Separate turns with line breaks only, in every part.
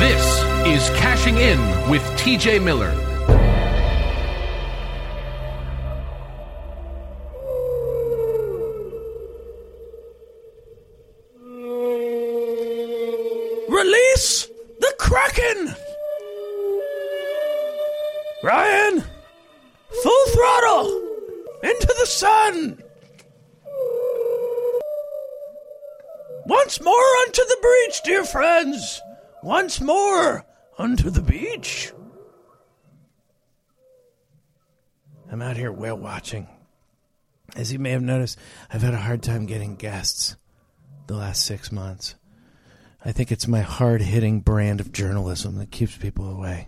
This is Cashing In with TJ Miller.
Release the Kraken! Ryan! Full throttle! Into the sun! Once more unto the breach, dear friends! Once more unto the beach! I'm out here whale watching. As you may have noticed, I've had a hard time getting guests the last six months. I think it's my hard hitting brand of journalism that keeps people away,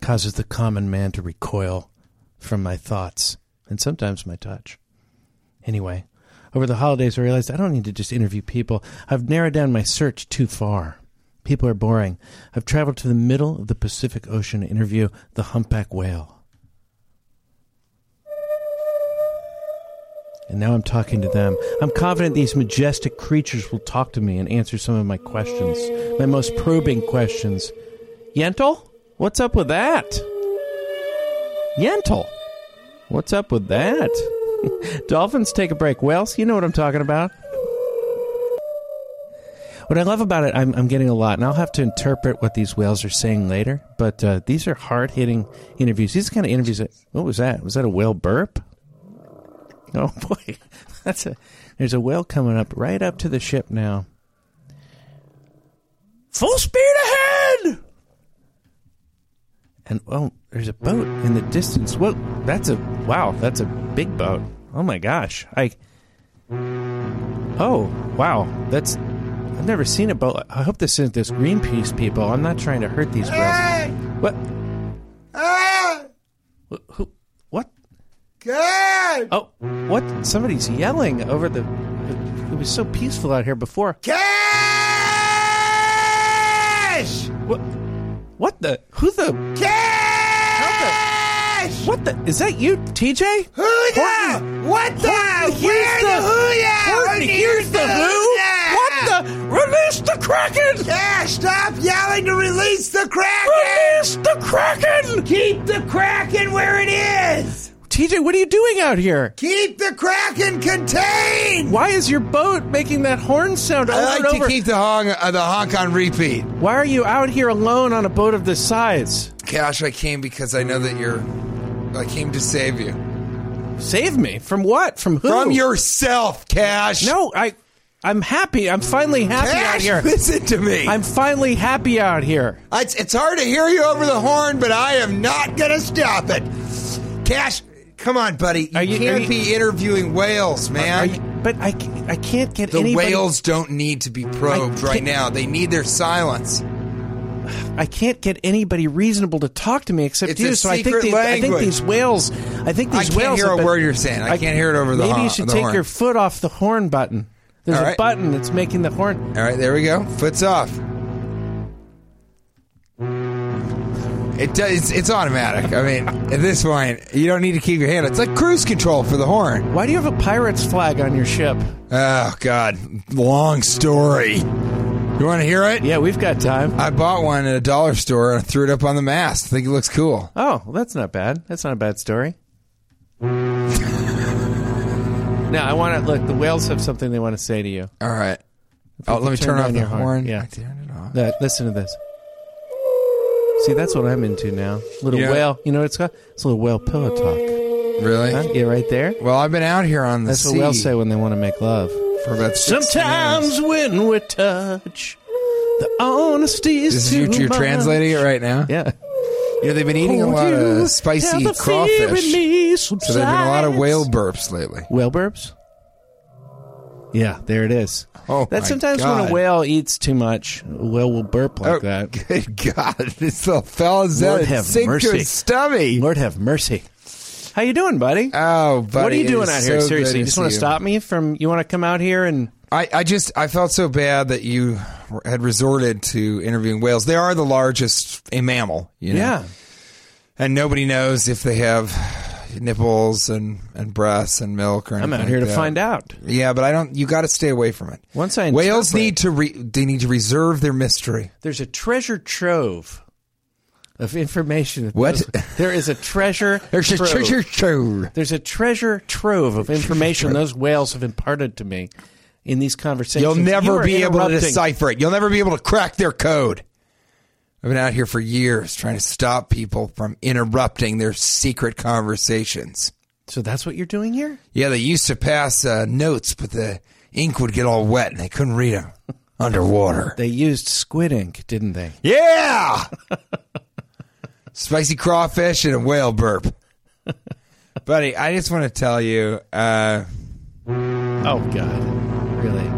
causes the common man to recoil from my thoughts and sometimes my touch. Anyway, over the holidays, I realized I don't need to just interview people. I've narrowed down my search too far. People are boring. I've traveled to the middle of the Pacific Ocean to interview the humpback whale. And now I'm talking to them. I'm confident these majestic creatures will talk to me and answer some of my questions, my most probing questions. Yentl? What's up with that? Yentl? What's up with that? Dolphins take a break. Whales, you know what I'm talking about. What I love about it, I'm, I'm getting a lot, and I'll have to interpret what these whales are saying later. But uh, these are hard hitting interviews. These are the kind of interviews that. What was that? Was that a whale burp? Oh boy, that's a there's a whale coming up right up to the ship now. Full speed ahead! And oh, there's a boat in the distance. Whoa, that's a wow, that's a big boat. Oh my gosh, I. Oh wow, that's I've never seen a boat. I hope this isn't this Greenpeace people. I'm not trying to hurt these whales.
Hey!
What?
Hey!
Wh- Who? What?
Ken!
Oh, what? Somebody's yelling over the. It was so peaceful out here before.
Cash!
What? What the? Who the?
Cash!
What the? Is that you, TJ?
Who the?
Horton.
What the?
Horton,
Where
here's
the who
Horton,
ya?
here's the who? What the? Release the Kraken!
Cash, stop yelling to release the Kraken!
Release the Kraken!
Keep the Kraken where it is!
TJ, what are you doing out here?
Keep the Kraken contained!
Why is your boat making that horn sound over
I
and
like
over?
to keep the honk, uh, the honk on repeat.
Why are you out here alone on a boat of this size?
Cash, I came because I know that you're. I came to save you.
Save me from what? From who?
From yourself, Cash!
No, I. I'm happy. I'm finally happy out
Cash,
here.
listen to me.
I'm finally happy out here.
It's, it's hard to hear you over the horn, but I am not going to stop it. Cash, come on, buddy. You,
Are you-
can't
are you-
be interviewing whales,
Are
man.
you- but I, ca- I can't get
the
anybody.
whales don't need to be probed
can't-
right now. They need their silence.
I can't get anybody reasonable to talk to me except
It's
you.
a
so I
secret
think these, I think
language.
these whales. I think
I
these
can't
whales.
hear
have
a
been-
word you're saying. I can't hear it over the
Maybe
hon-
you should
the
take
horn.
your foot off the horn button. There's
All
a
right.
button that's making the horn.
All right, there we go. Foot's off. It does, it's, it's automatic. I mean, at this point, you don't need to keep your hand. It's like cruise control for the horn.
Why do you have a pirate's flag on your ship?
Oh, God. Long story. You want to hear it?
Yeah, we've got time.
I bought one at a dollar store and I threw it up on the mast. I think it looks cool.
Oh, well, that's not bad. That's not a bad story. now I want to look. The whales have something they want to say to you.
All right. Oh, let me turn,
turn down
off the
your horn.
horn.
Yeah.
I turned it off.
That, listen to this. See, that's what I'm into now. Little
Yeah.
whale. You know what it's called? It's a little whale pillow talk.
Really?
Huh? Yeah, right there.
Well, I've been out here on the
That's
sea
what whales say when they want to make love.
for about six
Sometimes when we touch, the honesty is
This is
too
you, you're
much.
translating it right now.
Yeah.
You know, they've been eating a
Won't
lot
you
of
have
spicy
the fear in
crawfish,
me
so there've been a lot of
subsides?
whale burps lately.
Whale burps. Yeah, there it is.
Oh,
That's
my
sometimes when
God.
a whale eats too much, a whale will burp like
Oh,
that.
Good God. This little fella's
Lord
out
have
sink to
mercy.
his stomach.
Lord have mercy. How you doing, buddy?
Oh, buddy.
what are you
it
doing
is
out here?
so
Seriously,
good
you just
see
want to stop me from? You want to come out here and?
I, I just I felt so bad that you had resorted to interviewing whales. They are the largest a mammal, you know?
Yeah,
and nobody knows if they have nipples and and breasts and milk or anything.
I'm out here to
like that.
find out.
Yeah, but I don't. You got to stay away from it.
Once I
whales
interpret-
need to re, they need to reserve their mystery.
There's a treasure trove of information.
What?
There is a treasure.
There's a
trove.
treasure trove.
There's a treasure trove of information those whales have imparted to me in these conversations.
You'll
You
never
are
be able to
interrupting.
decipher it. You'll never be able to crack their code. I've been out here for years trying to stop people from interrupting their secret conversations.
So that's what you're doing here.
Yeah, they used to pass uh, notes, but the ink would get all wet and they couldn't read them underwater.
They used squid ink, didn't they?
Yeah. Spicy crawfish and a whale burp. Buddy, I just want to tell you, uh,
Oh God, really?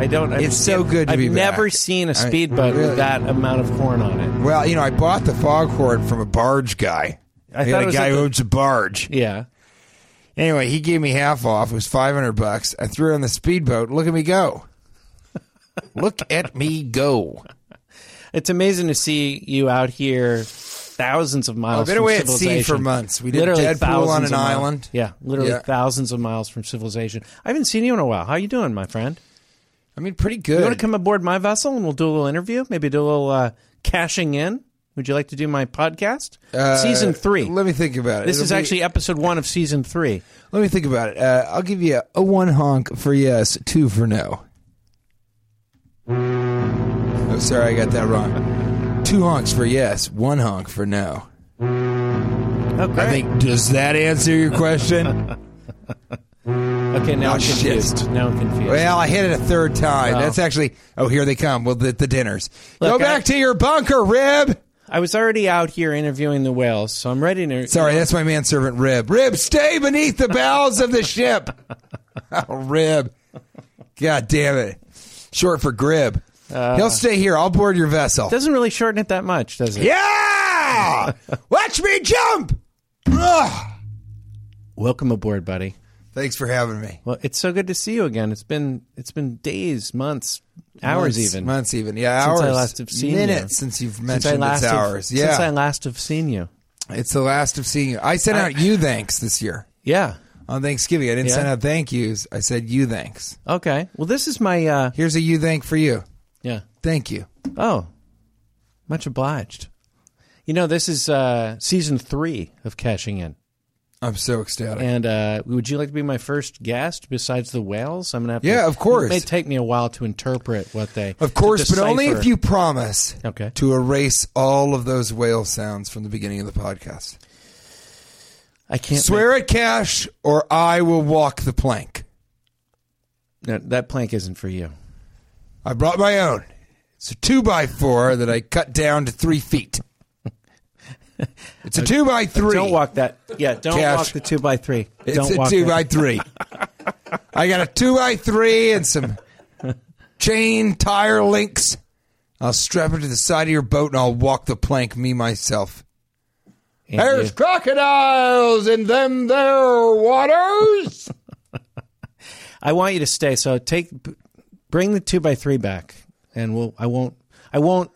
I don't.
It's so
understand.
good to
I've
be back.
never seen a
I-
speedboat
really.
with that amount of corn on it.
well, you know, I bought the foghorn from a barge guy.
I
We had
thought it
a
was
guy
at
who
the-
owns a barge.
Yeah.
Anyway, he gave me half off. It was 500 bucks. I threw it on the speedboat. Look at me go. Look at me go.
It's amazing to see you out here, thousands of miles.
I've been
from
away at sea
civilization.
for months. We did
literally
Deadpool
thousands
on
of
an
miles-
island.
Yeah, literally
Yeah.
thousands of miles from civilization. I haven't seen you in a while. How you doing, my friend?
I mean, pretty good.
You want to come aboard my vessel and we'll do a little interview? Maybe do a little uh, cashing in. Would you like to do my podcast?
Uh,
season three.
Let me think about it.
this
It'll
is
be-
actually episode one of season three.
Let me think about it. Uh, I'll give you a one honk for yes, two for no. Oh, sorry, I got that wrong. Two honks for yes, one honk for no.
Oh, great.
I think, does that answer your question?
okay, now
Oh,
I'm confused.
shit.
Now I'm confused.
well, I hit it a third time.
Oh.
That's actually, oh, here they come. Well, the, the dinners. Go
Look,
back
I-
to your bunker, Rib.
I was already out here interviewing the whales, so I'm ready to.
Sorry, that's my manservant, Rib. Rib, stay beneath the bowels of the ship. Oh, Rib. God damn it. Short for Grib.
Uh.
He'll stay here. I'll board your vessel.
Doesn't really shorten it that much, does it?
Yeah! Watch me jump! Ugh.
Welcome aboard, buddy.
Thanks for having me.
Well, it's so good to see you again. It's been it's been days, months, hours,
Months-
even
Months even. Yeah,
since
hours.
I last have seen you.
Minutes since you've
Since I
mentioned
last
it's
have-
hours. Yeah.
since I last have seen you.
it's the last of seeing you. I sent
I-
out you thanks this year
Yeah.
on Thanksgiving. I didn't
Yeah.
send out thank yous. I said you thanks.
Okay. Well, this is my uh
Here's a you thank for you.
yeah.
Thank you.
Oh, much obliged. You know, this is uh season three of Cashing In,
I'm so ecstatic.
and uh would you like to be my first guest besides the whales? I'm gonna have to.
Yeah, of course.
It may take me a while to interpret what they.
Of
to
course, but only
decipher.
if you promise
Okay.
to erase all of those whale sounds from the beginning of the podcast.
I can't
Swear at Cash, or I will walk the plank.
make- no, that plank isn't for you.
I brought my own. It's a two by four that I cut down to three feet. It's a two by three.
Don't walk that. Yeah, don't
Cash.
walk the two by three.
It's
don't
a
walk
two
that.
by three. I got a two by three and some chain tire links. I'll strap it to the side of your boat and I'll walk the plank me myself.
And
There's
you-
crocodiles in them there waters.
I want you to stay. So take, b- bring the two by three back, and we'll. I won't. I won't.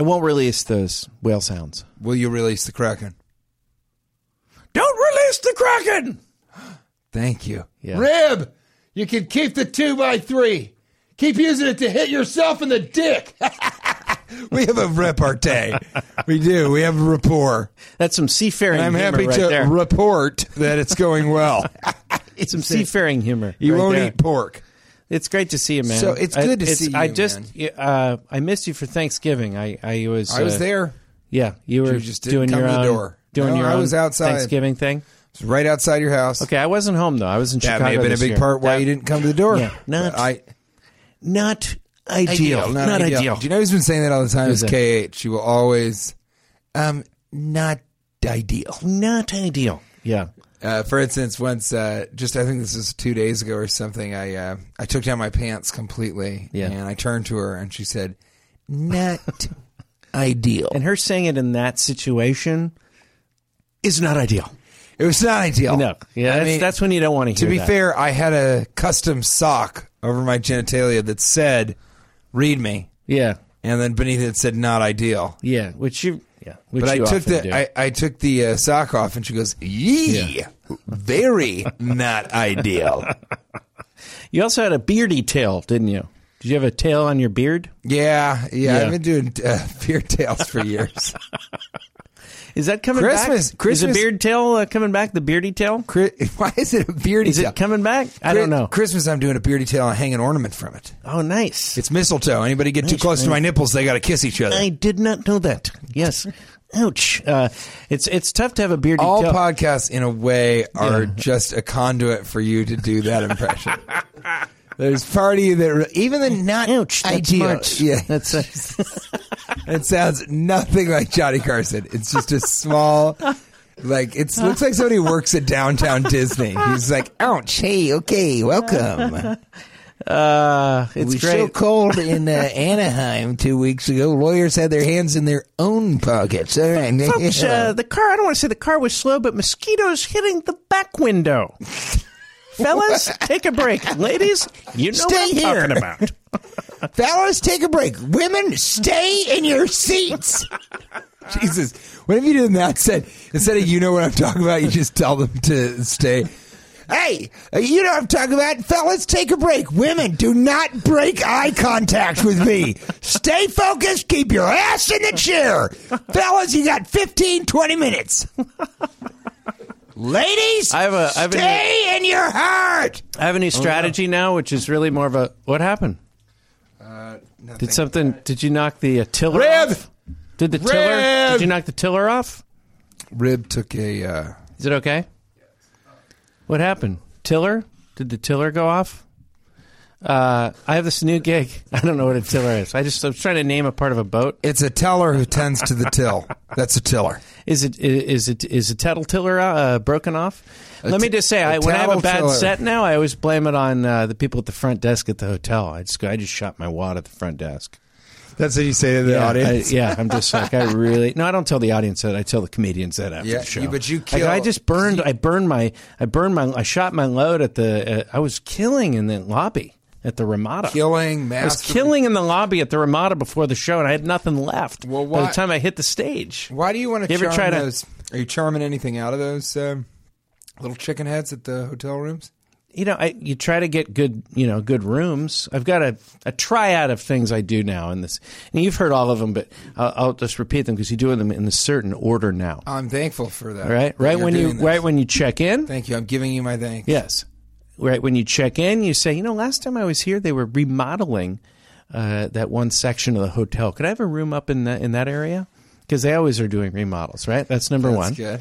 I won't release those whale sounds.
will you release the kraken?
Don't release the kraken.
Thank you.
Yeah.
Rib, you can keep the two by three. Keep using it to hit yourself in the dick. we have a repartee. we do. We have a rapport.
That's some seafaring.
And I'm
humor
happy
right
to
there.
report that it's going well.
It's some seafaring humor.
You
right
won't
there.
eat pork.
It's great to see you, man.
So it's good to
I, it's-
see you,
I just, uh, I missed you for Thanksgiving. I, I was,
I was
uh,
there.
Yeah, you were
just didn't
doing
come
your
to
own
the door.
doing
No,
your
I
own
was outside.
Thanksgiving thing.
It's right outside your house.
Okay, I wasn't home though. I was in
That
Chicago.
may have been a
this
big
year.
part why
That-
you didn't come to the door.
Yeah, not
But I,
Not ideal. Not, ideal.
Do you know who's been saying that all the time?
Who's
Is KH. She will always, um, not ideal.
Not ideal. Yeah.
Uh, for instance, once uh, just I think this was two days ago or something, I uh, I took down my pants completely,
Yeah.
and I turned to her and she said, "Not ideal."
And her saying it in that situation is not ideal.
It was not ideal.
No, yeah,
I
that's,
mean,
that's when you don't want to
to
hear.
be
that.
fair, I had a custom sock over my genitalia that said, "Read me,"
yeah,
and then beneath it said, "Not ideal."
yeah, which you, yeah, which
but I
you
took
often
the
do.
I, I took the uh, sock off, and she goes, "Yee, very not ideal."
you also had a beardy tail, didn't you? Did you have a tail on your beard?
Yeah, yeah,
Yeah.
I've been doing uh, beer tales for years.
Is that coming back?
Christmas-
is
Christmas-
a beard tail uh, coming back? The beardy tail?
Chri- Why is it a beardy
Is
tail?
it coming back? I
Chri-
don't know.
Christmas, I'm doing a beardy tail and I hang an ornament from it.
Oh, nice.
It's mistletoe. Anybody get too
Nice,
close to
man.
my nipples, they got to kiss each other.
I did not know that. Yes. Ouch. Uh, it's it's tough to have a beardy
All
tail.
podcasts, in a way, are just a conduit for you to do that impression. There's part of you that, re- even the not
Ouch. That's
ideal,
March.
yeah,
That's uh,
it sounds nothing like Johnny Carson. It's just a small, like it looks like somebody works at downtown Disney. He's like, ouch, hey, okay, welcome.
uh, it's
it was so
great.
cold in uh, Anaheim two weeks ago. Lawyers had their hands in their own pockets. All right.
Folks, uh, the car, I don't want to say the car was slow, but mosquitoes hitting the back window. Fellas, take a break. Ladies, you know
Stay
what
here.
I'm talking about.
Fellas, take a break. Women, stay in your seats. Jesus. What if you did that? Said, instead of you know what I'm talking about, you just tell them to stay. Hey, uh, you know what I'm talking about. Fellas, take a break. Women, do not break eye contact with me. Stay focused. Keep your ass in the chair. Fellas, you got 15, 20 minutes. Ladies,
I have a- I have a-
stay in your heart.
I have a new strategy now, which is really more of a what happened?
Uh,
Did something? Did you knock the uh, tiller
Rev!
off? Did the tiller?
Rev!
Did you knock the tiller off?
Rib took a. Uh,
Is it okay? What happened? Tiller? Did the tiller go off? Uh, I have this new gig. I don't know what a tiller is. I just I'm trying to name a part of a boat.
It's a teller who tends to the till. That's a tiller.
Is it is it is a tattle tiller uh, broken off? Let me
t-
just say, I,
a
when I have a
tattle
bad
tiller.
set now, I always blame it on uh, the people at the front desk at the hotel. I just go, I just shot my wad at the front desk.
That's what you say to the
yeah,
audience.
I, yeah, I'm just like I really. No, I don't tell the audience that. I tell the comedians that after
Yeah,
the show.
you- but you
I go,
kill-
I, just burned. I burned my. I burned my. I shot my load at the. Uh, I was killing in the lobby at the Ramada.
killing,
I was
master.
killing in the lobby at the Ramada before the show, and I had nothing left
Well,
by the
why-
time I hit the stage.
Why do you want to
You ever
charm
try to-
those? Are you charming anything out of those um, little chicken heads at the hotel rooms?
you know, I, you try to get good, you know, good rooms. I've got a, a triad of things I do now in this, and you've heard all of them, but I'll, I'll just repeat them because you do them in a certain order now.
Oh, I'm thankful for that.
All
that
right, right
Uh, you're
when you,
doing this.
right when you check in,
Thank you. I'm giving you my thanks.
yes, right when you check in, you say, you know, last time I was here, they were remodeling uh, that one section of the hotel. Could I have a room up in that in that area? Because they always are doing remodels, right? That's number
That's
one.
good.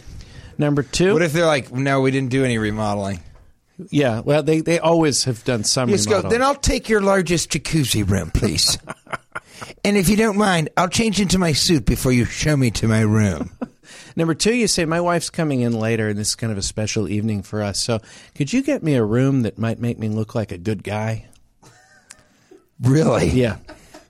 Number two,
What if they're like, no, we didn't do any remodeling?
yeah, well, they they always have done some.
You just go,
remodeling.
then I'll take your largest jacuzzi room, please. and if you don't mind, I'll change into my suit before you show me to my room.
Number two, you say, My wife's coming in later, and this is kind of a special evening for us. So, could you get me a room that might make me look like a good guy?
really?
Yeah.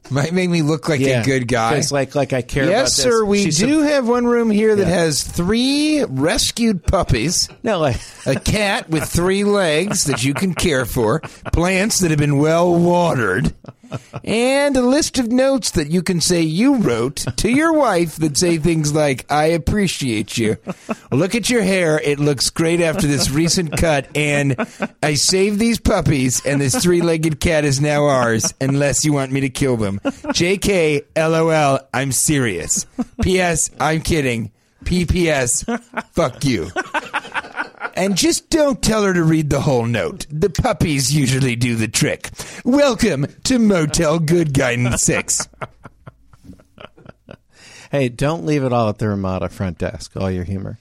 Might make me look like
yeah.
a good guy.
It's like, like I care about
Yes,
this.
sir. We
She's
do
a-
have one room here that
Yeah.
has three rescued puppies,
no, like,
a cat with three legs that you can care for, plants that have been well watered, and a list of notes that you can say you wrote to your wife that say things like, I appreciate you. Look at your hair. It looks great after this recent cut. And I saved these puppies, and this three legged cat is now ours, unless you want me to kill them. JK, LOL, I'm serious. PS, I'm kidding. PPS, fuck you. And just don't tell her to read the whole note. The puppies usually do the trick. Welcome to Motel Good Guidance 6.
hey, don't leave it all at the Ramada front desk, all your humor.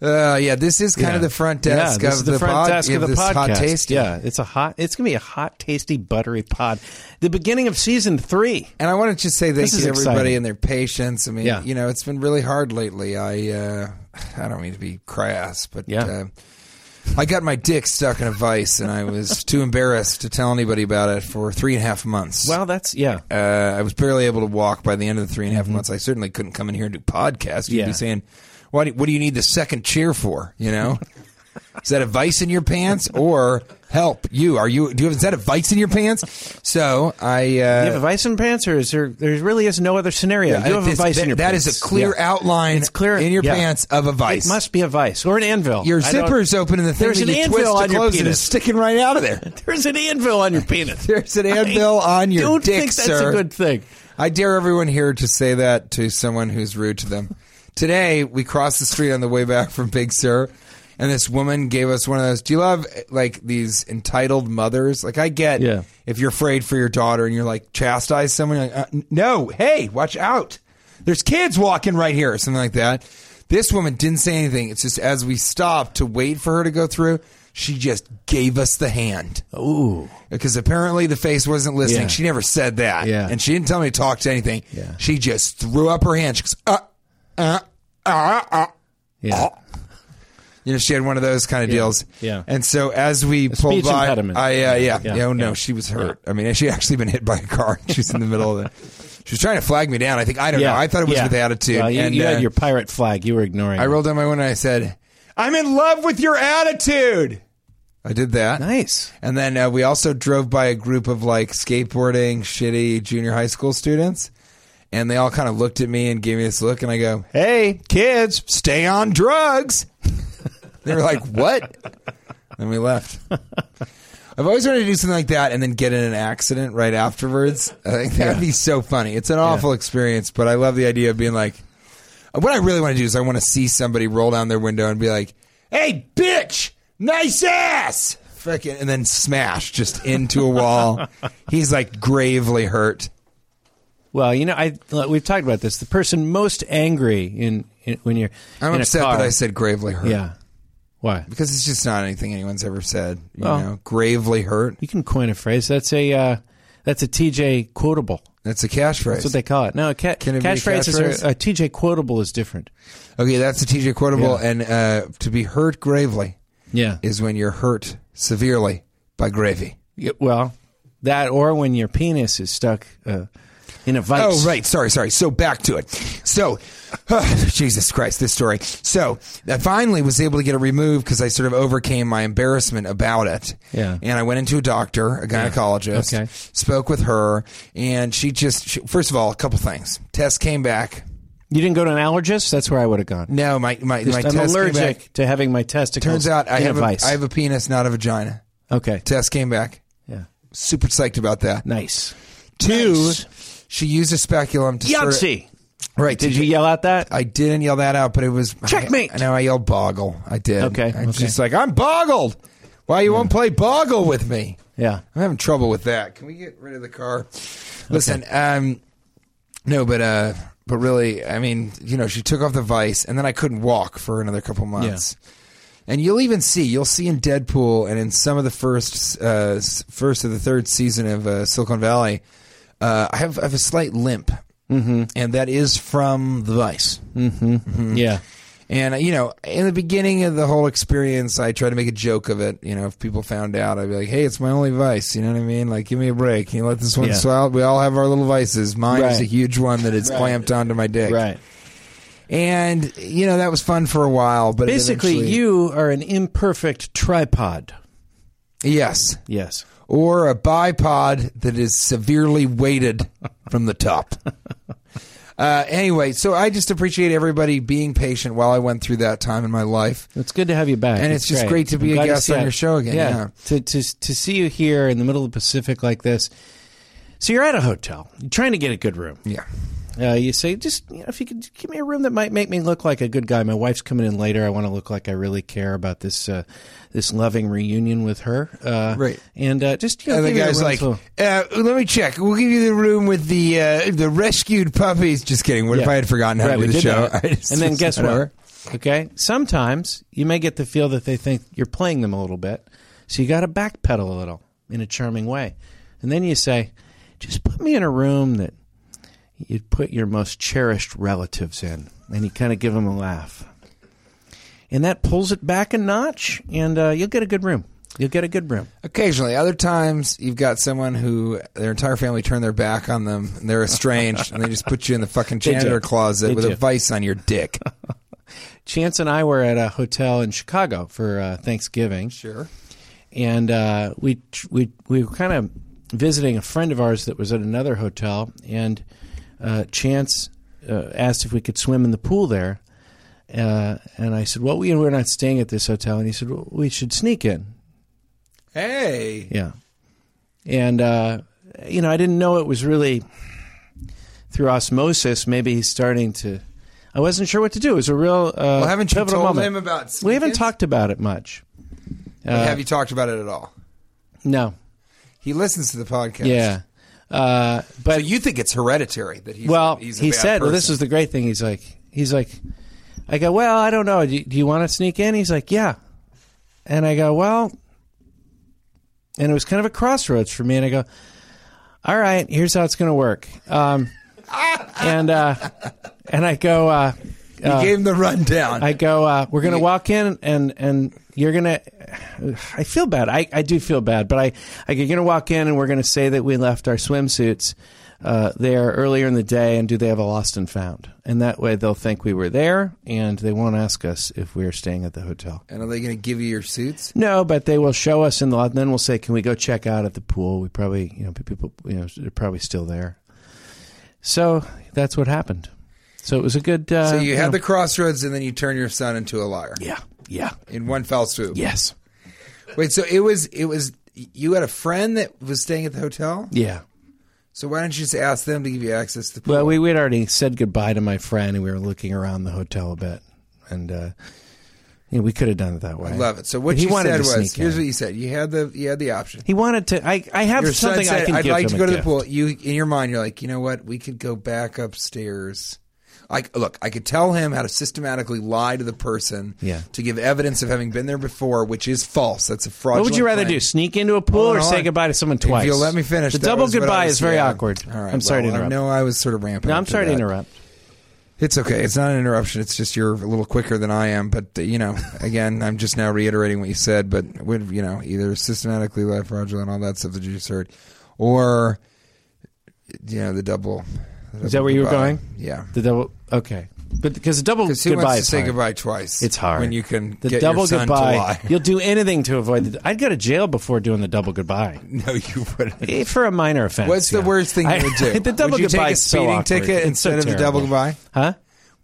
Uh, yeah, this is kind
Yeah.
of the front
Yeah,
desk
this
of
is
the,
the front
pod,
desk of the
this
podcast.
Hot tasty.
Yeah, it's a hot. It's gonna be a hot, tasty, buttery pod. The beginning of season three.
And I want to just say thank
This
you
is
to everybody
exciting.
and their patience. I mean,
Yeah.
you know, it's been really hard lately. I uh, I don't mean to be crass, but
Yeah.
uh, I got my dick stuck in a vice, and I was too embarrassed to tell anybody about it for three and a half months.
Well, that's yeah.
uh, I was barely able to walk by the end of the three and a half months. I certainly couldn't come in here and do podcasts. You'd
Mm-hmm. Yeah.
be saying, "Why? Do, what do you need the second chair for?" You know, is that a vice in your pants or help? You are you? Do you have is that a vice in your pants? So I. Uh,
You have a vice in pants, or is there? There really is no other scenario. you have
this-
a vice
that-
in your
that
pants.
is a clear
Yeah.
outline.
It's clear
in your
yeah.
pants of a vice.
It must be a vice or an anvil.
your
I don't-
zipper's open and the thing
There's
that
an
you
anvil
twist to
on your
close it
penis.
is sticking right out of there.
There's an anvil on your penis.
There's an anvil on your
don't
dick,
think that's
sir.
a good thing.
I dare everyone here to say that to someone who's rude to them. Today, we crossed the street on the way back from Big Sur, and this woman gave us one of those. Do you love like these entitled mothers? Like I get
Yeah.
if you're afraid for your daughter and you're like chastise someone, you're like uh, n- no, hey, watch out! There's kids walking right here, or something like that. This woman didn't say anything. It's just as we stopped to wait for her to go through, she just gave us the hand
Ooh,
because apparently the face wasn't listening.
Yeah.
She never said that.
Yeah.
And she didn't tell me to talk to anything.
Yeah.
She just threw up her hand. She goes, uh, uh, uh, uh.
yeah.
You know, she had one of those kind of deals.
Yeah.
And so as we pulled
speech
by,
impediment.
I, uh, yeah,
Yeah.
yeah. Oh, no,
Yeah.
she was hurt. I mean, she actually been hit by a car. She was in the middle of it. She was trying to flag me down. I think, I don't
Yeah.
know. I thought it was
Yeah.
with attitude.
Well, you,
and,
you
uh,
had your pirate flag. You were ignoring.
I
it.
rolled down my window and I said, I'm in love with your attitude. I did that.
Nice.
And then uh, we also drove by a group of like skateboarding shitty junior high school students. And they all kind of looked at me and gave me this look. And I go, Hey, kids, stay on drugs. they were like, What? and we left. I've always wanted to do something like that and then get in an accident right afterwards. I think that'd be so funny. It's an awful experience, but I love the idea of being like, what I really want to do is I want to see somebody roll down their window and be like, "Hey, bitch, nice ass." Fucking, and then smash just into a wall. He's like gravely hurt.
Well, you know, I we've talked about this. The person most angry in, in when you're
I'm
in a
upset
car-
that I said gravely hurt.
yeah. Why?
Because it's just not anything anyone's ever said. You
Well-
know, gravely hurt.
You can coin a phrase. That's a uh, that's a TJ quotable.
That's a catchphrase.
That's what they call it. No, a ca-
Can it be a
catchphrases
catchphrase?
are a TJ quotable is different.
okay, that's a TJ quotable.
Yeah.
And uh, to be hurt gravely
Yeah.
is when you're hurt severely by gravy.
Yeah, well, that or when your penis is stuck uh, in a vice.
Oh, right. Sorry, sorry. So back to it. So, Jesus Christ, this story. So I finally was able to get it removed because I sort of overcame my embarrassment about it.
Yeah.
And I went into a doctor, a gynecologist,
Okay.
spoke with her, and she just, she, first of all, a couple things. Test came back.
You didn't go to an allergist. That's where I would have gone.
No, my, my, my
Just, I'm
test came back.
allergic to having my testicles.
Turns out I
in
have,
a
a,
vice.
I have a penis, not a vagina.
okay.
Test came back.
yeah.
Super psyched about that.
Nice.
Two,
Nice.
she used a speculum to sort of-
Yahtzee.
right.
Did
to
you yell out that?
I didn't yell that out, but it was
Checkmate.
I, no, I yelled boggle. I did.
Okay,
I'm
okay.
just like I'm boggled. Why you won't play boggle with me?
yeah.
I'm having trouble with that. Can we get rid of the car? Listen, um, no, but uh, but really, I mean, you know, she took off the vice, and then I couldn't walk for another couple months. And you'll even see, you'll see in Deadpool and in some of the first, uh, s- first or the third season of uh, Silicon Valley, uh, I have I have a slight limp, mm-hmm. and that is from the vice.
Yeah.
And uh, you know, in the beginning of the whole experience, I tried to make a joke of it. You know, if people found out, I'd be like, "Hey, it's my only vice." You know what I mean? Like, give me a break. Can you let this one
Yeah.
swell? We all have our little vices. Mine is
Right.
a huge one that it's clamped onto my dick.
Right.
And you know that was fun for a while, but it
Basically,
eventually-
you are an imperfect tripod.
yes,
Yes.
or a bipod that is severely weighted from the top. Uh, anyway, so I just appreciate everybody being patient while I went through that time in my life.
It's good to have you back.
And it's just great to be a
glad
guest
see
on
you.
your show again, yeah.
To, to, to see you here in the middle of the Pacific like this. So you're at a hotel. You're trying to get a good room.
Yeah.
Uh, you say, just you know, if you could give me a room that might make me look like a good guy. My wife's coming in later. I want to look like I really care about this uh, this loving reunion with her. Uh,
Right.
And uh, just you know,
And the
give me a
guy's
room
like,
so-
uh, "Let me check. We'll give you the room with the uh, the rescued puppies." Just kidding. What if
Yeah.
I had forgotten how to
Right, we
do the
did
show?
that.
I just-
and then guess what?
whatever.
Okay. Sometimes you may get the feel that they think you're playing them a little bit. So you got to backpedal a little in a charming way. And then you say, just put me in a room that you'd put your most cherished relatives in. And you kind of give them a laugh. And that pulls it back a notch, and uh, you'll get a good room. You'll get a good room.
Occasionally, other times you've got someone who their entire family turned their back on them and they're estranged and they just put you in the fucking
They do.
janitor closet
They
with
do.
a vice on your dick.
Chance and I were at a hotel in Chicago for uh, Thanksgiving.
Sure.
and uh, we we we were kind of visiting a friend of ours that was at another hotel, and uh, Chance uh, asked if we could swim in the pool there, uh, and I said, "Well, we we're not staying at this hotel," and he said, well, "We should sneak in."
Hey.
Yeah, and uh, you know, I didn't know it was really through osmosis. Maybe he's starting to. I wasn't sure what to do. It was a real. Uh,
Well, haven't you
pivotal
told
moment.
him about
We haven't
sneak-ins?
talked about it much. Uh,
Have you talked about it at all?
No.
He listens to the podcast.
Yeah. Uh,
So
but
you think it's hereditary that he's
well,
he's a
he
bad
said, well, this
person.
is the great thing. He's like, he's like, I go, well, I don't know. Do, do you want to sneak in? He's like, yeah. And I go, well, and it was kind of a crossroads for me. And I go, all right, here's how it's going to work. Um, and, uh, and I go, uh,
you gave him the rundown.
I go, uh, we're going to walk in and, and you're going to, I feel bad. I, I do feel bad, but I, I go, you're going to walk in and we're going to say that we left our swimsuits, uh, there earlier in the day and do they have a lost and found? And that way they'll think we were there and they won't ask us if we're staying at the hotel.
and are they going to give you your suits?
No, but they will show us in the lot and then we'll say, can we go check out at the pool? We probably, you know, people, you know, they're probably still there. So that's what happened. So it was a good, uh,
So you had
know-
the crossroads, and then you turn your son into a liar
yeah, yeah,
in one fell swoop.
yes,
Wait, so it was it was you had a friend that was staying at the hotel.
yeah.
So why don't you just ask them to give you access to the pool?
Well, we we had already said goodbye to my friend, and we were looking around the hotel a bit, and uh, you know, we could have done it that way.
I love it. So what
But he
you
wanted
said
to
was
sneak
here's
in.
what you said. You had the you had the option.
he wanted to. I I have
Your son
something I
said,
can
"I'd
give
like
him
to
a
go to the
gift.
pool." You in your mind, you're like, you know what? We could go back upstairs. I look, I could tell him how to systematically lie to the person
Yeah.
to give evidence of having been there before, which is false. That's a fraudulent.
What would you rather
claim.
do? Sneak into a pool
Hold
or
on,
say
hold on.
goodbye to someone twice?
If you'll let me finish.
The
that
double
was what I
goodbye
was-
is very
yeah.
awkward.
All right,
I'm sorry
well,
to interrupt.
I know I was sort of ramping.
no,
up
I'm sorry to
that.
interrupt.
It's okay. It's not an interruption. It's just you're a little quicker than I am. But uh, you know, again, I'm just now reiterating what you said. But would you know either systematically lie fraudulent, all that stuff that you just heard, or you know the double. the
Is that
double
where you were
goodbye.
going?
Yeah.
The double. Okay, but because the double
Because who
goodbye
wants to
is
say
hard.
goodbye twice?
It's hard
when you can
the
get
double
your son
goodbye.
to lie.
You'll do anything to avoid the. I'd go to jail before doing the double goodbye.
no, you wouldn't.
Eh, For a minor offense.
What's the
yeah.
worst thing
I-
you would do?
the double
would you
goodbye
take a
is so
speeding
awkward.
ticket
It's
instead
so
of the double
terrible.
goodbye?
Huh?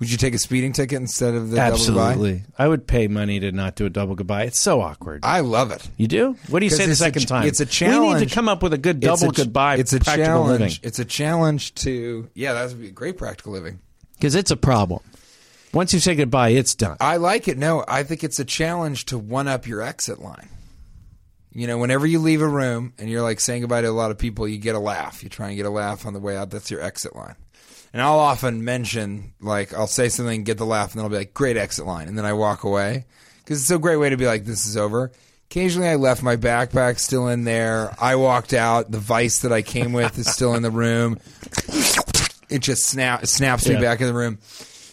Would you take a speeding ticket instead of the double goodbye?
Absolutely. I would pay money to not do a double goodbye. It's so awkward.
I love it.
you do? What do you
'Cause
say the
it's a
second
ch-
time?
it's a
We need
challenge.
to come up with a good double
it's a, ch-
goodbye.
It's a
practical
challenge.
living.
It's a challenge to yeah. That would be great practical living.
because it's a problem. Once you say goodbye, it's done.
I like it. No, I think it's a challenge to one up your exit line. You know, whenever you leave a room and you're like saying goodbye to a lot of people, you get a laugh. You try and get a laugh on the way out. That's your exit line. And I'll often mention, like, I'll say something, get the laugh, and then I'll be like, great exit line. And then I walk away because it's a great way to be like, this is over. Occasionally, I left my backpack still in there. I walked out. The vice that I came with is still in the room. It just snap, it snaps
Yeah.
me back in the room.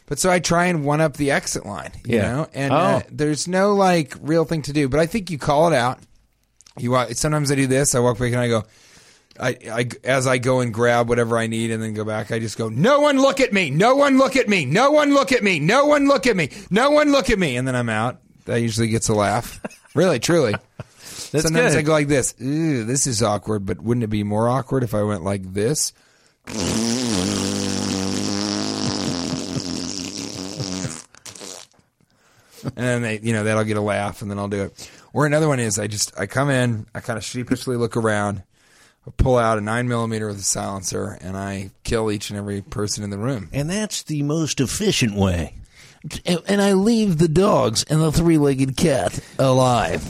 But so I try and one up the exit line, you
Yeah.
know? And
Oh.
uh, there's no like real thing to do. But I think you call it out. You wa- sometimes I do this. I walk back and I go, I, I as I go and grab whatever I need and then go back. I just go, no one look at me, no one look at me, no one look at me, no one look at me, no one look at me, and then I'm out. That usually gets a laugh. really, truly.
That's
Sometimes
good.
I go like this. Ew, this is awkward, but wouldn't it be more awkward if I went like this? and then they, you know, that'll get a laugh, and then I'll do it. Or another one is I just I come in, I kind of sheepishly look around, I pull out a nine millimeter with a silencer, and I kill each and every person in the room.
And that's the most efficient way. And I leave the dogs and the three legged cat alive.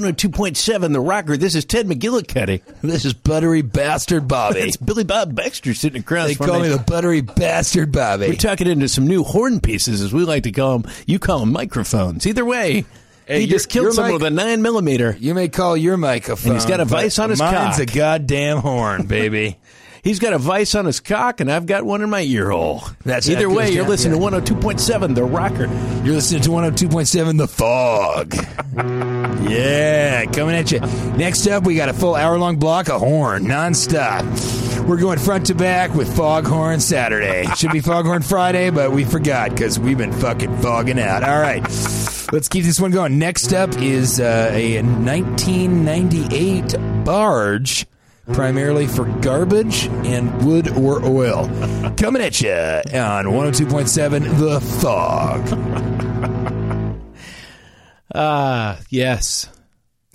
102.7 The Rocker. This is Ted McGillicuddy.
This is buttery bastard Bobby.
It's Billy Bob Baxter sitting across
they
from
call me the buttery bastard Bobby.
We're tucking into some new horn pieces, as we like to call them. You call them microphones. Either way,
Hey,
he
your-
just killed
your
someone
mic-
with a 9 millimeter.
you may call your microphone.
And he's got a
but
vice on his
mine's
cock.
a goddamn horn, baby.
He's got a vice on his cock, and I've got one in my ear hole.
That's that
Either way,
goes
you're
down,
listening
yeah.
to 102.7 The Rocker.
You're listening to 102.7 The Fog. yeah, coming at you. Next up, we got a full hour long block of horn, nonstop. We're going front to back with Foghorn Saturday. Should be Foghorn Friday, but we forgot because we've been fucking fogging out. All right, let's keep this one going. Next up is uh, a 1998 barge. Primarily for garbage and wood or oil. Coming at you on 102.7 The Fog. Uh,
Ah, yes.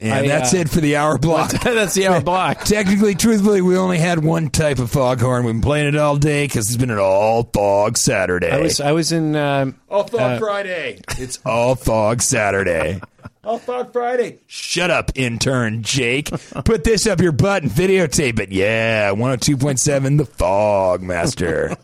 And
I,
that's
uh,
it for the hour block.
That's the hour block.
Technically, truthfully, we only had one type of foghorn. We've been playing it all day because it's been an all fog Saturday.
I was, I was in. Um,
all fog Friday. It's all fog Saturday. all fog Friday. Shut up, intern Jake. Put this up your butt and videotape it. Yeah, 102.7 The Fog Master.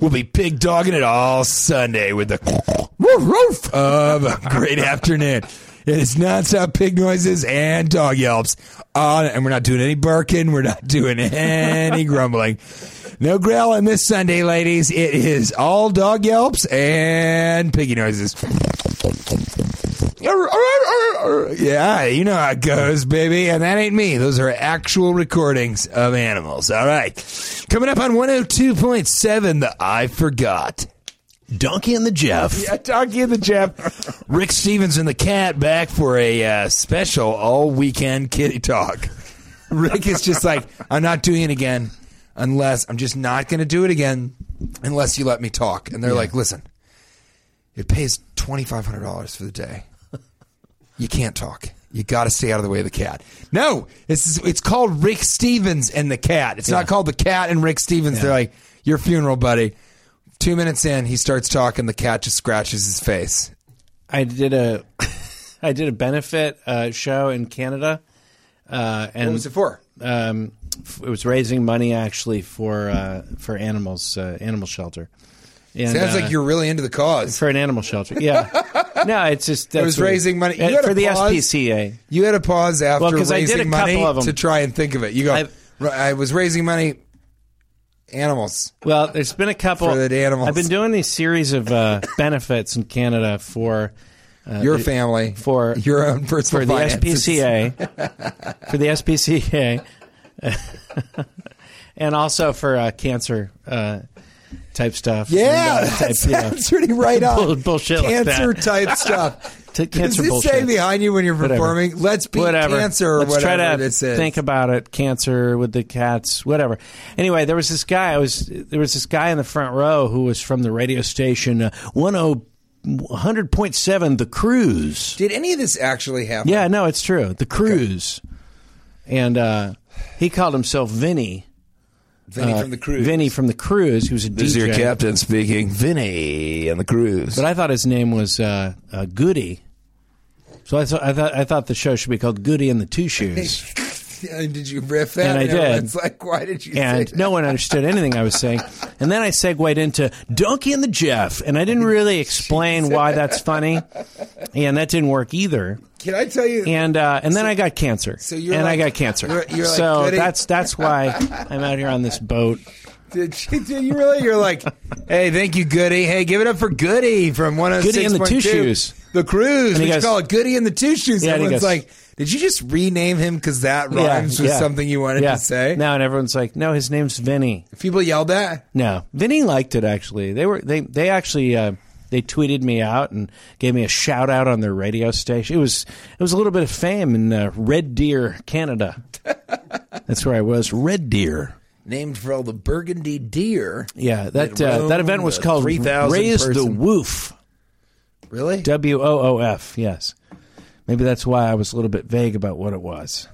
We'll be pig dogging it all Sunday with the woof woof of a great afternoon. It is nonstop pig noises and dog yelps. On, and we're not doing any barking. We're not doing any grumbling. No growling this Sunday, ladies. It is all dog yelps and piggy noises. Yeah, you know how it goes, baby. And that ain't me. Those are actual recordings of animals. All right. Coming up on 102.7, the I Forgot.
Donkey and the Jeff.
Yeah, Donkey and the Jeff. Rick Stevens and the cat back for a uh, special all weekend kitty talk. Rick is just like, I'm not doing it again unless I'm just not going to do it again unless you let me talk. And they're like, listen, it pays $2,500 for the day. You can't talk. You got to stay out of the way of the cat. No, it's it's called Rick Stevens and the cat. It's not called the cat and Rick Stevens. They're like your funeral buddy. Two minutes in, he starts talking. The cat just scratches his face.
I did a I did a benefit uh, show in Canada, uh, and
What was it for?
um, f- it was raising money actually for uh, for animals uh, animal shelter. And,
Sounds
uh,
like you're really into the cause.
for an animal shelter. Yeah, no, it's just that's
was
what
raising money. You
Uh,
had
for
a
the
pause.
SPCA.
You had a pause after
Well, 'cause I did a
raising
couple
money
of 'em.
to try and think of it. You go.
I've-
"Ri- I was raising money. Animals.
Well, there's been a couple
For the animals.
I've been doing these series of uh, benefits in Canada for
your family.
for
your own
for
personal
the
finances.
SPCA, for the SPCA, and also for uh, cancer uh, type stuff.
Yeah,
And, uh,
that
type, you know,
sounds pretty right on.
Bull- Bullshit like that.
Cancer type stuff.
T-
Does
cancer
it
bullshit.
say behind you when you're
Whatever.
performing? Let's beat
whatever.
cancer or
Let's
whatever
try to
it says.
think about it. Cancer with the cats, whatever. Anyway, there was this guy. I was there was this guy in the front row who was from the radio station uh, 10 100.7 The Cruise.
Did any of this actually happen?
Yeah, no, it's true. The Cruise, and uh, he called himself Vinny.
Vinny
uh,
from the cruise.
Vinny from the Cruise, who's a
This is
DJ.
your captain speaking, Vinny on the cruise.
But I thought his name was uh, uh, Goody. So I, thought I thought I thought the show should be called Goody and the Two Shoes.
and did you riff that?
And I did.
everyone's like, why did you? say
and
that?
no one understood anything I was saying. And then I segued into Donkey and the Jeff, and I didn't really explain why that's funny, and that didn't work either.
Can I tell you?
And uh, and then I got cancer.
so you're
and
like-
I got cancer.
you're- you're like
so
Goody.
that's that's why I'm out here on this boat.
Did you, did you really? You're like, hey, thank you, Goody. Hey, give it up for Goody from 106.2.
Goody and the Two Shoes.
The Cruise.
he
We
goes-
call it Goody and the Two Shoes.
Yeah, and he
Everyone's
goes-
like, did you just rename him because that rhymes with something you wanted
yeah.
to say?
No, and everyone's like, no, his name's Vinny.
People yelled that.
No, Vinny liked it actually. They were they they actually uh, they tweeted me out and gave me a shout out on their radio station. It was it was a little bit of fame in uh, Red Deer, Canada. That's where I was. Red Deer.
Named for all the Burgundy deer.
Yeah, that
It
uh, that
roamed
event was
a
called
3,000
Raise the
person-
Woof.
Really?
W O O F. Yes. Maybe that's why I was a little bit vague about what it was.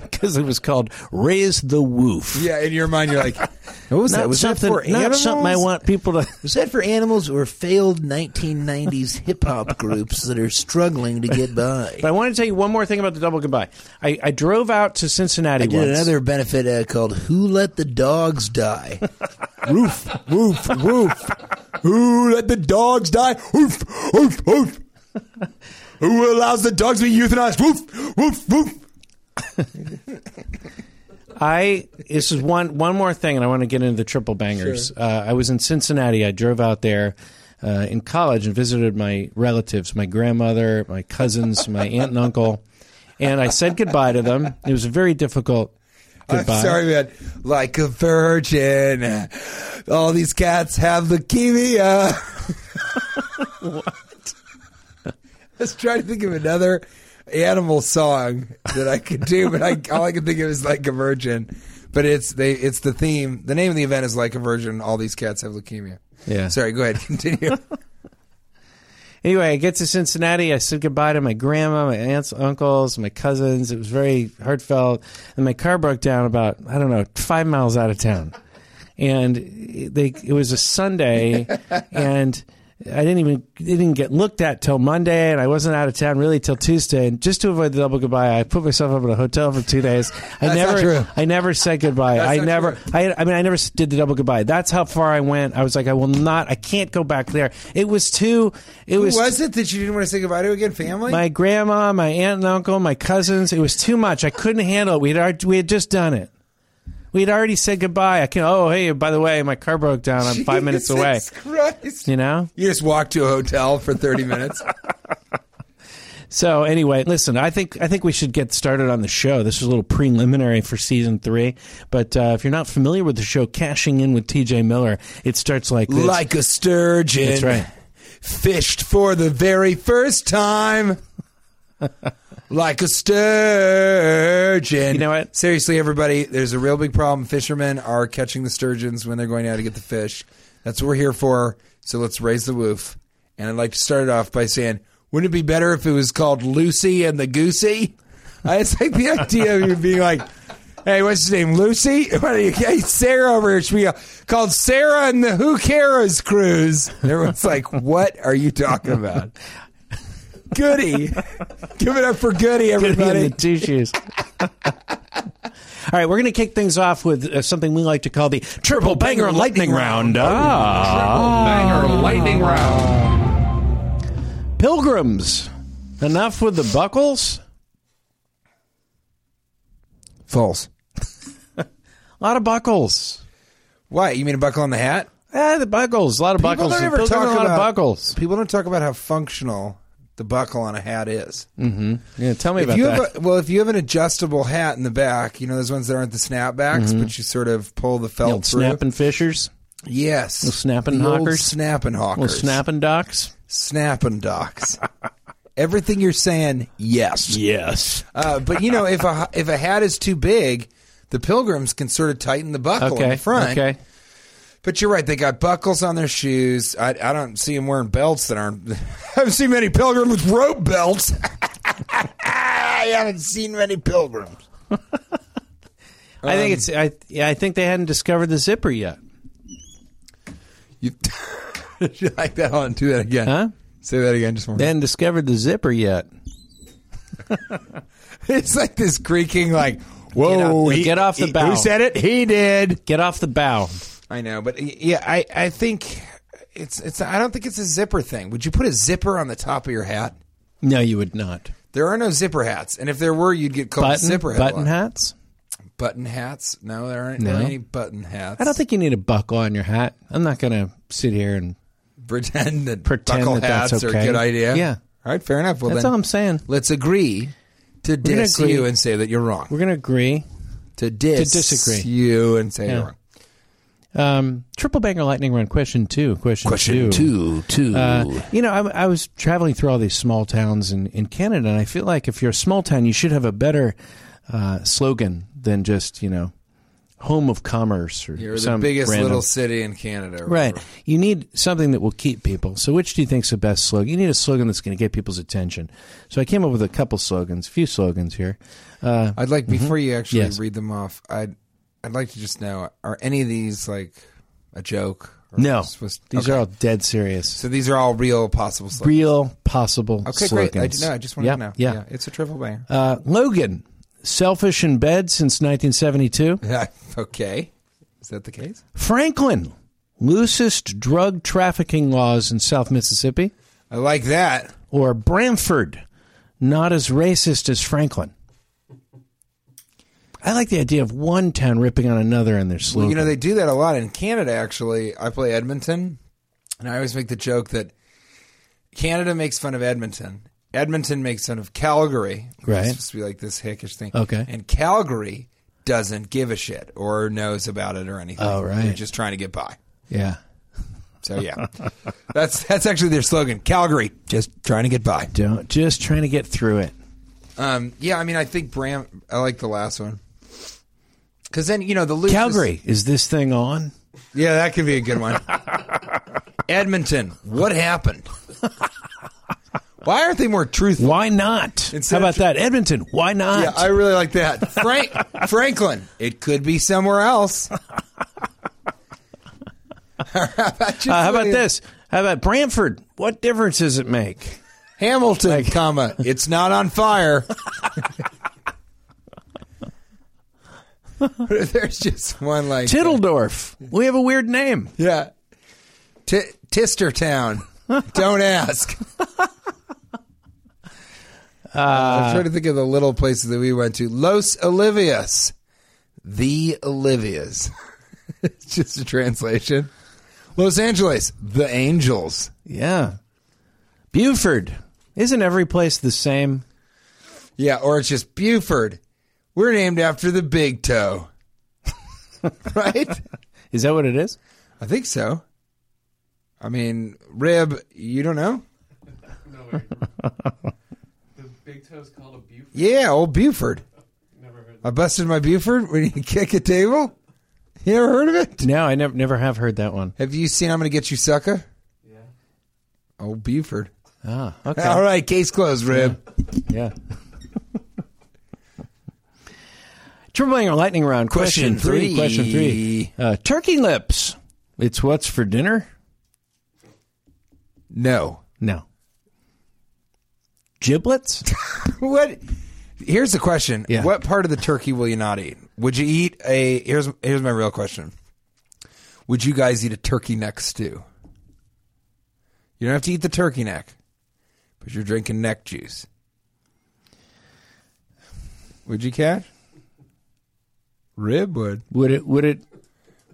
Because it was called Raise the Woof.
Yeah, in your mind, you're like, What was
Not
that? Was
something,
that for
not
animals?
something I want people to.
Was that for animals or failed 1990s hip hop groups that are struggling to get by?
But I want to tell you one more thing about the double goodbye. I, I drove out to Cincinnati
I did
once.
another benefit ad called "Who Let the Dogs Die." woof, woof, woof. Who let the dogs die? Woof, woof, woof. Who allows the dogs to be euthanized? Woof, woof, woof.
I this is one one more thing, and I want to get into the triple bangers. Uh, I was in Cincinnati. I drove out there uh, in college and visited my relatives, my grandmother, my cousins, my aunt and uncle, and I said goodbye to them. It was a very difficult goodbye.
I'm sorry, man. Like a virgin, all these cats have leukemia. what? Let's try to think of another animal song that I could do, but I, all I can think of is like a virgin. But it's they it's the theme. The name of the event is like a virgin. All these cats have leukemia.
Yeah.
Sorry. Go ahead. Continue.
Anyway, I get to Cincinnati. I said goodbye to my grandma, my aunts, uncles, my cousins. It was very heartfelt. And my car broke down about, I don't know, five miles out of town. And they, it was a Sunday, and I didn't even it didn't get looked at till Monday, and I wasn't out of town really till Tuesday. And just to avoid the double goodbye, I put myself up in a hotel for two days. I
That's
never,
not true.
I never said goodbye.
That's
I
not
never,
true.
I, I mean, I never did the double goodbye. That's how far I went. I was like, I will not, I can't go back there. It was too, it was,
Was it that you didn't want to say goodbye to again? Family.
my grandma, my aunt and uncle, my cousins. It was too much. I couldn't handle it. We had, already, we had just done it. We had already said goodbye. I can, oh, hey, by the way, my car broke down. I'm five minutes away.
Jesus Christ.
You know?
You just walked to a hotel for thirty minutes.
So anyway, listen, I think I think we should get started on the show. This is a little preliminary for season three. But uh, if you're not familiar with the show, Cashing In with TJ Miller, it starts like this.
like a sturgeon.
That's right.
Fished for the very first time. like a sturgeon.
You know what?
Seriously, everybody, there's a real big problem. Fishermen are catching the sturgeons when they're going out to get the fish. That's what we're here for. So let's raise the woof. And I'd like to start it off by saying, wouldn't it be better if it was called Lucy and the Goosey? I just like the idea of you being like, hey, what's his name? Lucy? What are you, hey, Sarah over here. Should be called Sarah and the Who Cares Cruise. And everyone's like, what are you talking about? Goody. Give it up for Goody,
Put me in
everybody.
the two shoes. All right, we're going to kick things off with uh, something we like to call the triple banger lightning round. Ah.
Banger lightning round.
Pilgrims. Enough with the buckles.
False.
A lot of buckles.
Why? You mean a buckle on the hat?
Ah, the buckles. A lot of buckles.
don't ever
Pilgrims,
talk
a lot
about-
of buckles.
People don't talk about how functional the buckle on a hat is.
Yeah, tell me
If
about
you
that.
have a, well, if you have an adjustable hat in the back, you know those ones that aren't the snapbacks,
Mm-hmm.
but you sort of pull the
The
felt
old
through.
snapping fishers,
Yes,
Little snapping
the Old
hockers?
snapping hawkers,
little snapping docks.
snapping docks. Everything you're saying, yes.
Yes.
Uh, but you know, if a if a hat is too big, the pilgrims can sort of tighten the buckle in
Okay.
the front.
Okay.
But you're right; they got buckles on their shoes. I, I don't see them wearing belts that aren't. I haven't seen many pilgrims with rope belts. I haven't seen many pilgrims.
I think it's. I. Yeah, I think they hadn't discovered the zipper yet.
You you like that on? Do that again.
Huh?
Say that again, just one.
They
more time.
hadn't discovered the zipper yet.
it's like this creaking, like whoa,
Get off the-
he-
get off the
he-
bow.
Who said it? He did.
Get off the bow.
I know, but y- yeah, I I think it's it's. I don't think it's a zipper thing. Would you put a zipper on the top of your hat?
No, you would not.
There are no zipper hats, and if there were, you'd get called
Button.
zipper hat. a
button
lot.
hats.
Button hats? No, there aren't there
No.
aren't any button hats.
I don't think you need a buckle on your hat. I'm not going to sit here and
pretend that
Pretend
buckle
that that's
hats are a
okay.
good idea.
Yeah.
All right, fair enough. Well,
That's
then
all I'm saying.
let's agree to
gonna
diss
agree.
you and say that you're wrong.
We're going to agree.
to diss
To disagree.
you and say
Yeah.
you're wrong.
Um, triple banger lightning round. Question two. Question,
Question two, two.
Uh, you know, I, I was traveling through all these small towns in, in Canada, and I feel like if you're a small town, you should have a better uh, slogan than just you know, home of commerce or
you're the
some
biggest
random-
little city in Canada, or
Right.
whatever.
You need something that will keep people. So, which do you think's the best slogan? You need a slogan that's going to get people's attention. So, I came up with a couple slogans, few slogans here.
I'd like before you actually
Mm-hmm. Yes.
read them off. I'd I'd like to just know: Are any of these like a joke? Or
No,
is this-
these
okay.
are all dead serious,
so these are all real possible. Slogans.
real possible
Okay,
slogans.
great. I, did- no, I just wanted
Yeah,
to know.
Yeah.
it's a triple banger.
Uh, Logan, selfish in bed since 1972.
Yeah. okay, is that the case?
Franklin, loosest drug trafficking laws in South Mississippi.
I like that.
Or Bramford, not as racist as Franklin. I like the idea of one town ripping on another in their slogan.
You know, they do that a lot in Canada, actually. I play Edmonton, and I always make the joke that Canada makes fun of Edmonton. Edmonton makes fun of Calgary. which is
Right.
supposed to be like this hickish thing.
Okay.
And Calgary doesn't give a shit or knows about it or anything.
Oh, right.
They're just trying to get by.
yeah.
So, yeah. that's that's actually their slogan Calgary, just trying to get by.
Don't, just trying to get through it.
Um, yeah, I mean, I think Bram, I like the last one. Because then, you know, the loosest-
Calgary, is this thing on?
Yeah, that could be a good one. Edmonton, what happened? Why aren't they more truthful?
Why not?
Instead
How
of
about
tr-
that? Edmonton, why not?
Yeah, I really like that. Frank Franklin, it could be somewhere else. how about, you
Uh, how about
say
this? How about Bramford? What difference does it make?
Hamilton, comma, it's not on fire. There's just one like
Tittledorf. We have a weird name.
Yeah. T- Tistertown. Don't ask. I'm trying to think of the little places that we went to. Los Olivias. The Olivias. it's just a translation. Los Angeles. The Angels.
Yeah. Buford. Isn't every place the same?
Yeah, or it's just Buford. We're named after the big toe. right?
Is that what it is?
I think so. I mean, Rib, you don't know?
No, wait. the big toe's called a Buford.
Yeah, old Buford.
Never heard
I busted my Buford when you kick a table. You ever heard of it?
No, I never never have heard that one.
Have you seen I'm going to get you sucker?
Yeah.
Oh, Buford.
Ah, okay.
All right, case closed, Rib.
Yeah. Triple banger lightning round. Question,
Question three.
Question three. Uh, turkey lips. It's what's for dinner?
No.
No. Giblets?
What? Here's the question.
Yeah.
What part of the turkey will you not eat? Would you eat a Here's here's my real question. Would you guys eat a turkey neck stew? You don't have to eat the turkey neck, but you're drinking neck juice. Would you, Cash? Rib would.
Would it? Would it?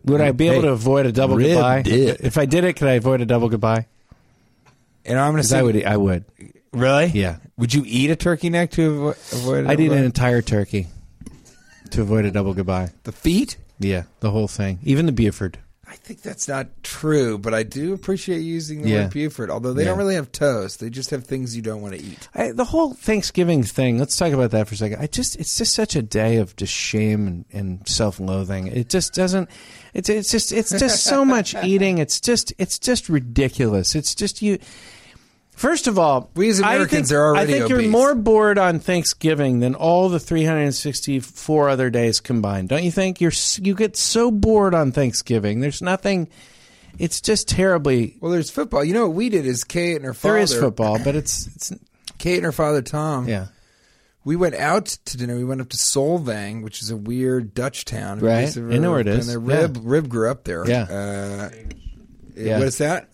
Would I be able
Hey,
to avoid a double
rib
goodbye?
dip.
If I did it, could I avoid a double goodbye?
And I'm going to
'Cause
say
I would. I would.
Really?
Yeah.
Would you eat a turkey neck to avo- avoid?
I'd eat
avoid-
an entire turkey to avoid a double goodbye.
the feet.
Yeah, the whole thing, even the Buford.
I think that's not true, but I do appreciate using the
Yeah.
word Buford. Although they don't
Yeah.
really have toes, they just have things you don't want to eat.
I, the whole Thanksgiving thing. Let's talk about that for a second. I just, it's just such a day of just shame and, and self-loathing. It just doesn't. It's, it's just, it's just so much eating. It's just, it's just ridiculous. It's just you. First of all,
We as
I
Americans
think-
are already
I think
obese.
you're more bored on Thanksgiving than all the 364 other days combined. Don't you think? You're s- you get so bored on Thanksgiving. There's nothing. It's just terribly.
Well, there's football. You know what we did is Kate and her father.
There is football, but it's it's
Kate and her father Tom.
yeah.
We went out to dinner. We went up to Solvang, which is a weird Dutch town.
Right.
If you've
I
ever
know where it
been
is.
there.
Yeah.
Rib, Rib grew up there.
Yeah.
Uh,
Yeah.
What is that?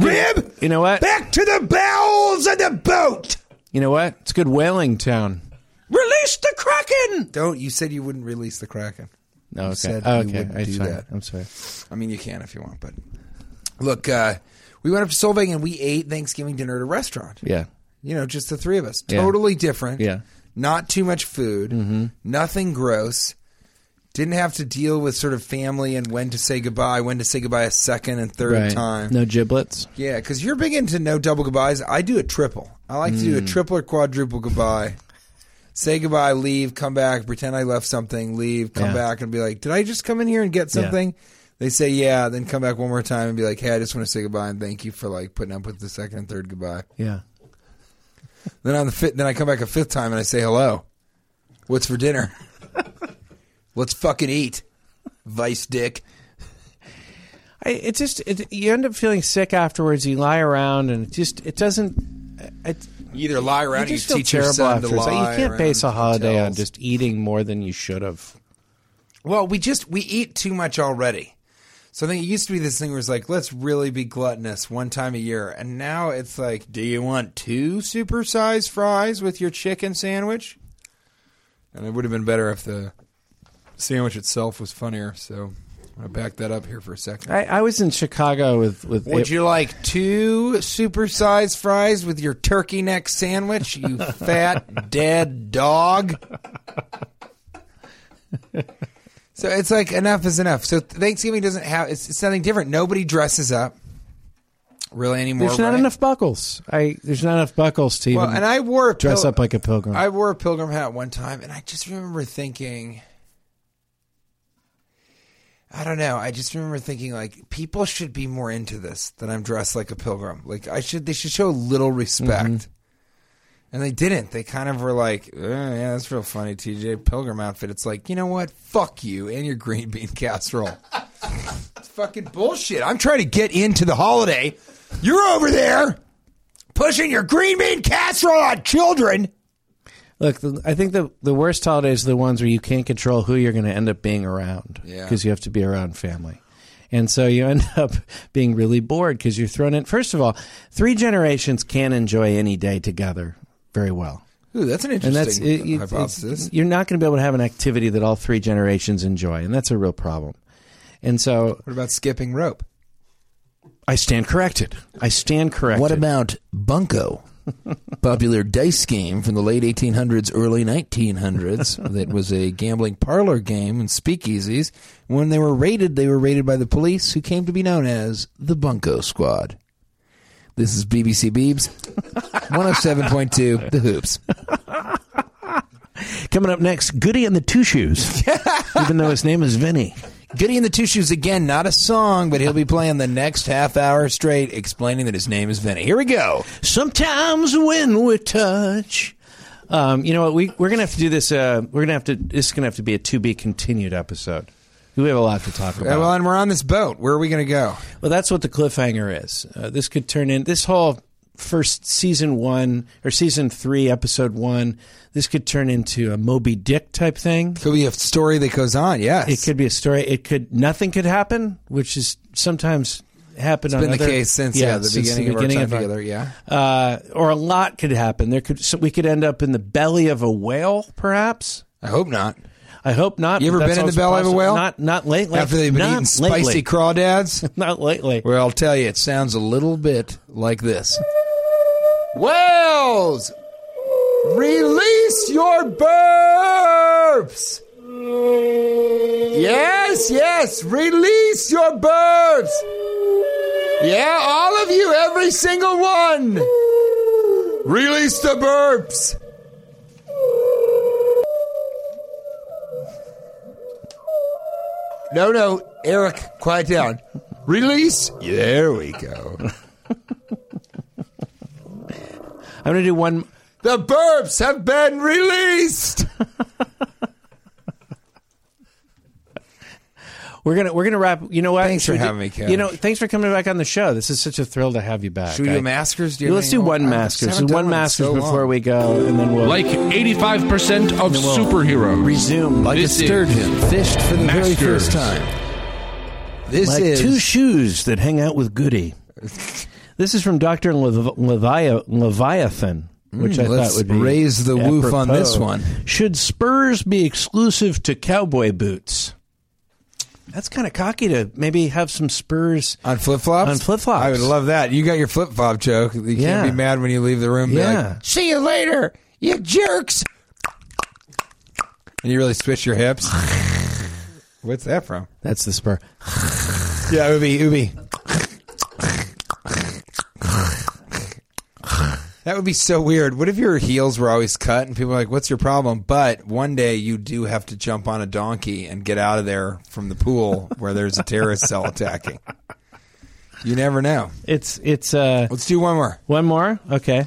Rib,
You know what?
back to the bowels of the boat.
You know what? It's a good whaling town. Release the kraken.
Don't. You said you wouldn't release the Kraken.
No, okay.
said
oh,
you
okay.
wouldn't
I'm
do
sorry.
that.
I'm sorry.
I mean, you can if you want, but look, uh, we went up to Solvang and we ate Thanksgiving dinner at a restaurant.
Yeah.
You know, just the three of us.
Yeah.
Totally different.
Yeah. Mm-hmm.
Not too much food. Nothing gross. Didn't have to deal with sort of family and when to say goodbye, when to say goodbye a second and third
Right.
time.
No giblets.
Yeah, because you're big into no double goodbyes. I do a triple. I like to do a
Hmm.
triple or quadruple goodbye. Say goodbye, leave, come back, pretend I left something, leave, come
Yeah.
back, and be like, did I just come in here and get
Yeah.
something? They say, yeah, then come back one more time and be like, hey, I just want to say goodbye and thank you for like putting up with the second and third goodbye.
Yeah.
Then on the fifth, then I come back a fifth time and I say hello. What's for dinner? Let's fucking eat. Vice dick.
I, it's just it, you end up feeling sick afterwards. You lie around, and it just it doesn't. It,
You either lie around or
you
you
just feel
teach your
terrible
son to
afterwards.
lie.
Like, you can't base a
around
holiday on
hotels.
just eating more than you should have.
Well, we just we eat too much already. So I think it used to be this thing where it's like, let's really be gluttonous one time a year, and now it's like, do you want two supersized fries with your chicken sandwich? And it would have been better if the sandwich itself was funnier. So I backed that up here for a second.
I, I was in Chicago with with
Would
it-
you like two supersized fries with your turkey neck sandwich, you fat dead dog? so it's like enough is enough. So Thanksgiving doesn't have it's, it's nothing different. Nobody dresses up really anymore.
There's not
right?
enough buckles. I there's not enough buckles to
Well,
even
and I wore a
dress
pil-
up like a pilgrim.
I wore a pilgrim hat one time, and I just remember thinking, I don't know. I just remember thinking like people should be more into this than I'm dressed like a pilgrim. Like I should, they should show a little respect. And they didn't. They kind of were like, "Eh, "Yeah, that's real funny, TJ Pilgrim outfit." It's like, you know what? Fuck you and your green bean casserole. it's fucking bullshit. I'm trying to get into the holiday. You're over there pushing your green bean casserole on children.
Look, the, I think the the worst holidays are the ones where you can't control who you're going to end up being around
Yeah.
because you have to be around family. And so you end up being really bored because you're thrown in. First of all, three generations can't enjoy any day together very well.
Ooh, that's an
And
interesting
that's it, it- it's-
hypothesis.
you're not going to be able to have an activity that all three generations enjoy, and that's a real problem. And so
what about skipping rope?
I stand corrected. I stand corrected.
What about Bunko? Popular dice game from the late 1800s, early 1900s. that was a gambling parlor game in speakeasies. When they were raided, they were raided by the police, who came to be known as the Bunko Squad. This is BBC Beebs, 107.2, The Hoops.
Coming up next, Goody and the Two Shoes, even though his name is Vinny.
Goody and the Two Shoes again, not a song, but he'll be playing the next half hour straight, explaining that his name is Vinny. Here we go.
Sometimes when we touch. Um, you know what? We, we're going to have to do this. Uh, we're going to have to. This is going to have to be a to be continued episode. We have a lot to talk
Uh,
about.
well, and we're on this boat. Where are we going to go?
Well, that's what the cliffhanger is. Uh, this could turn in this whole first season one or season three, episode one. This could turn into a Moby Dick type thing.
Could be a story that goes on. Yes,
It could be a story. It could nothing could happen, which is sometimes happened.
It's
on
been
other-
the case since yeah, the
since
beginning,
beginning
of our time
our-
together. Yeah,
uh, or a lot could happen. There could so we could end up in the belly of a whale, perhaps.
I hope not.
I hope not.
You ever
but that's
been in the belly
always
of a
possible.
whale?
Not not lately.
After they've been
Not
eating spicy
lately.
crawdads.
not lately.
Well, I'll tell you, it sounds a little bit like this.
Whales, release your burps. Yes, yes, release your burps. Yeah, all of you, every single one. Release the burps. No, no, Eric, quiet down. Release. There we go.
I'm gonna do one.
The burps have been released.
We're gonna we're gonna wrap. You know what?
Thanks for
Should we do-
having me, Kevin.
You know, thanks for coming back on the show. This is such a thrill to have you back.
Should we do
I-
maskers? Do you
Yeah,
have
let's
any
do
more?
one
I
maskers.
haven't done
one
one in
maskers
so
before
long.
we go, and then we'll
Like 85% of
we'll
superheroes.
Resume like
This
a sturgeon, fished for the very
Masters.
first time. This
like
is
two shoes that hang out with Goody. this is from Doctor Lev- Levi- Leviathan, which I
let's
thought would be
raise the woof on this
apropos.
one.
Should Spurs be exclusive to cowboy boots? That's kind of cocky to maybe have some Spurs.
on flip flops.
On flip-flops.
I would love that. You got your flip flop joke. You
Yeah.
can't be mad when you leave the room. Be
Yeah.
like, See you later, you jerks. And you really switch your hips. What's that from?
That's the spur.
Yeah, Ubi, Ubi. That would be so weird. What if your heels were always cut and people were like, "What's your problem?" But one day you do have to jump on a donkey and get out of there from the pool where there's a terrorist cell attacking. You never know.
It's it's uh
Let's do one more.
one more. Okay.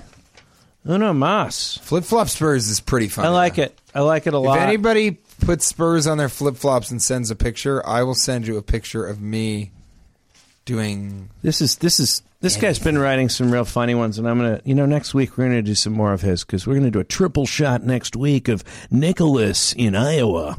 Uno mas.
Flip flop spurs is pretty fun.
I like it. I like it a
If
lot.
anybody puts spurs on their flip flops and sends a picture, I will send you a picture of me doing.
This is this is this guy's been writing some real funny ones, and I'm gonna you know next week we're gonna do some more of his because we're gonna do a triple shot next week of Nicholas in Iowa,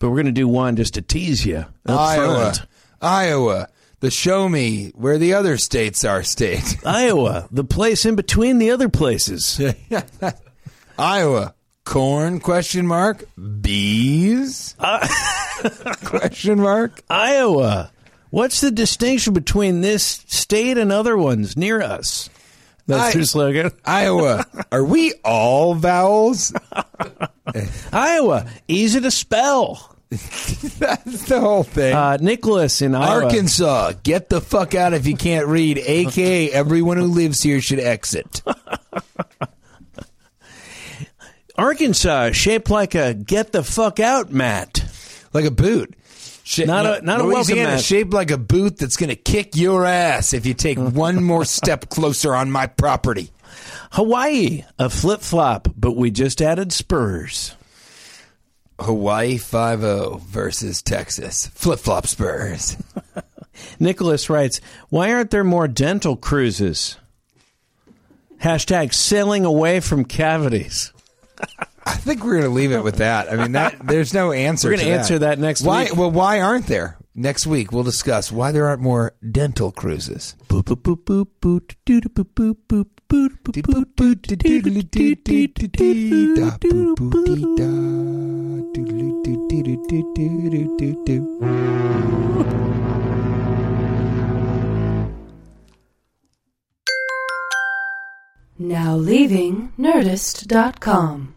but we're gonna do one just to tease you. Up
Iowa.
front.
Iowa. The show me where the other states are state.
Iowa, the place in between the other places.
Iowa. Corn question mark bees
Uh,
question mark
Iowa. What's the distinction between this state and other ones near us? That's
I-
their slogan.
Iowa are we all vowels
Iowa, easy to spell.
that's the whole thing
Uh, Nicholas in Iowa.
Arkansas get the fuck out if you can't read aka everyone who lives here should exit
Arkansas, shaped like a get the fuck out mat.
like a boot. Sha-
Not a- not a welcome
Louisiana
mat.
shaped like a boot that's going to kick your ass if you take one more step closer on my property.
Hawaii, a flip flop, but we just added spurs.
Hawaii 5 versus Texas. Flip flop Spurs.
Nicholas writes, Why aren't there more dental cruises? Hashtag sailing away from cavities.
I think we're going to leave it with that. I mean, that there's no answer.
We're gonna
to
answer that next
why,
week.
Well, why aren't there? Next week we'll discuss why there aren't more dental cruises. Boop boop boop boop boot doo doo boop boop boop boot boop boot boot doo doo doo doo doo doo doo da boop boop dee da doo doo doo doo doo doo doo doo doo doo.
Now leaving Nerdist.com.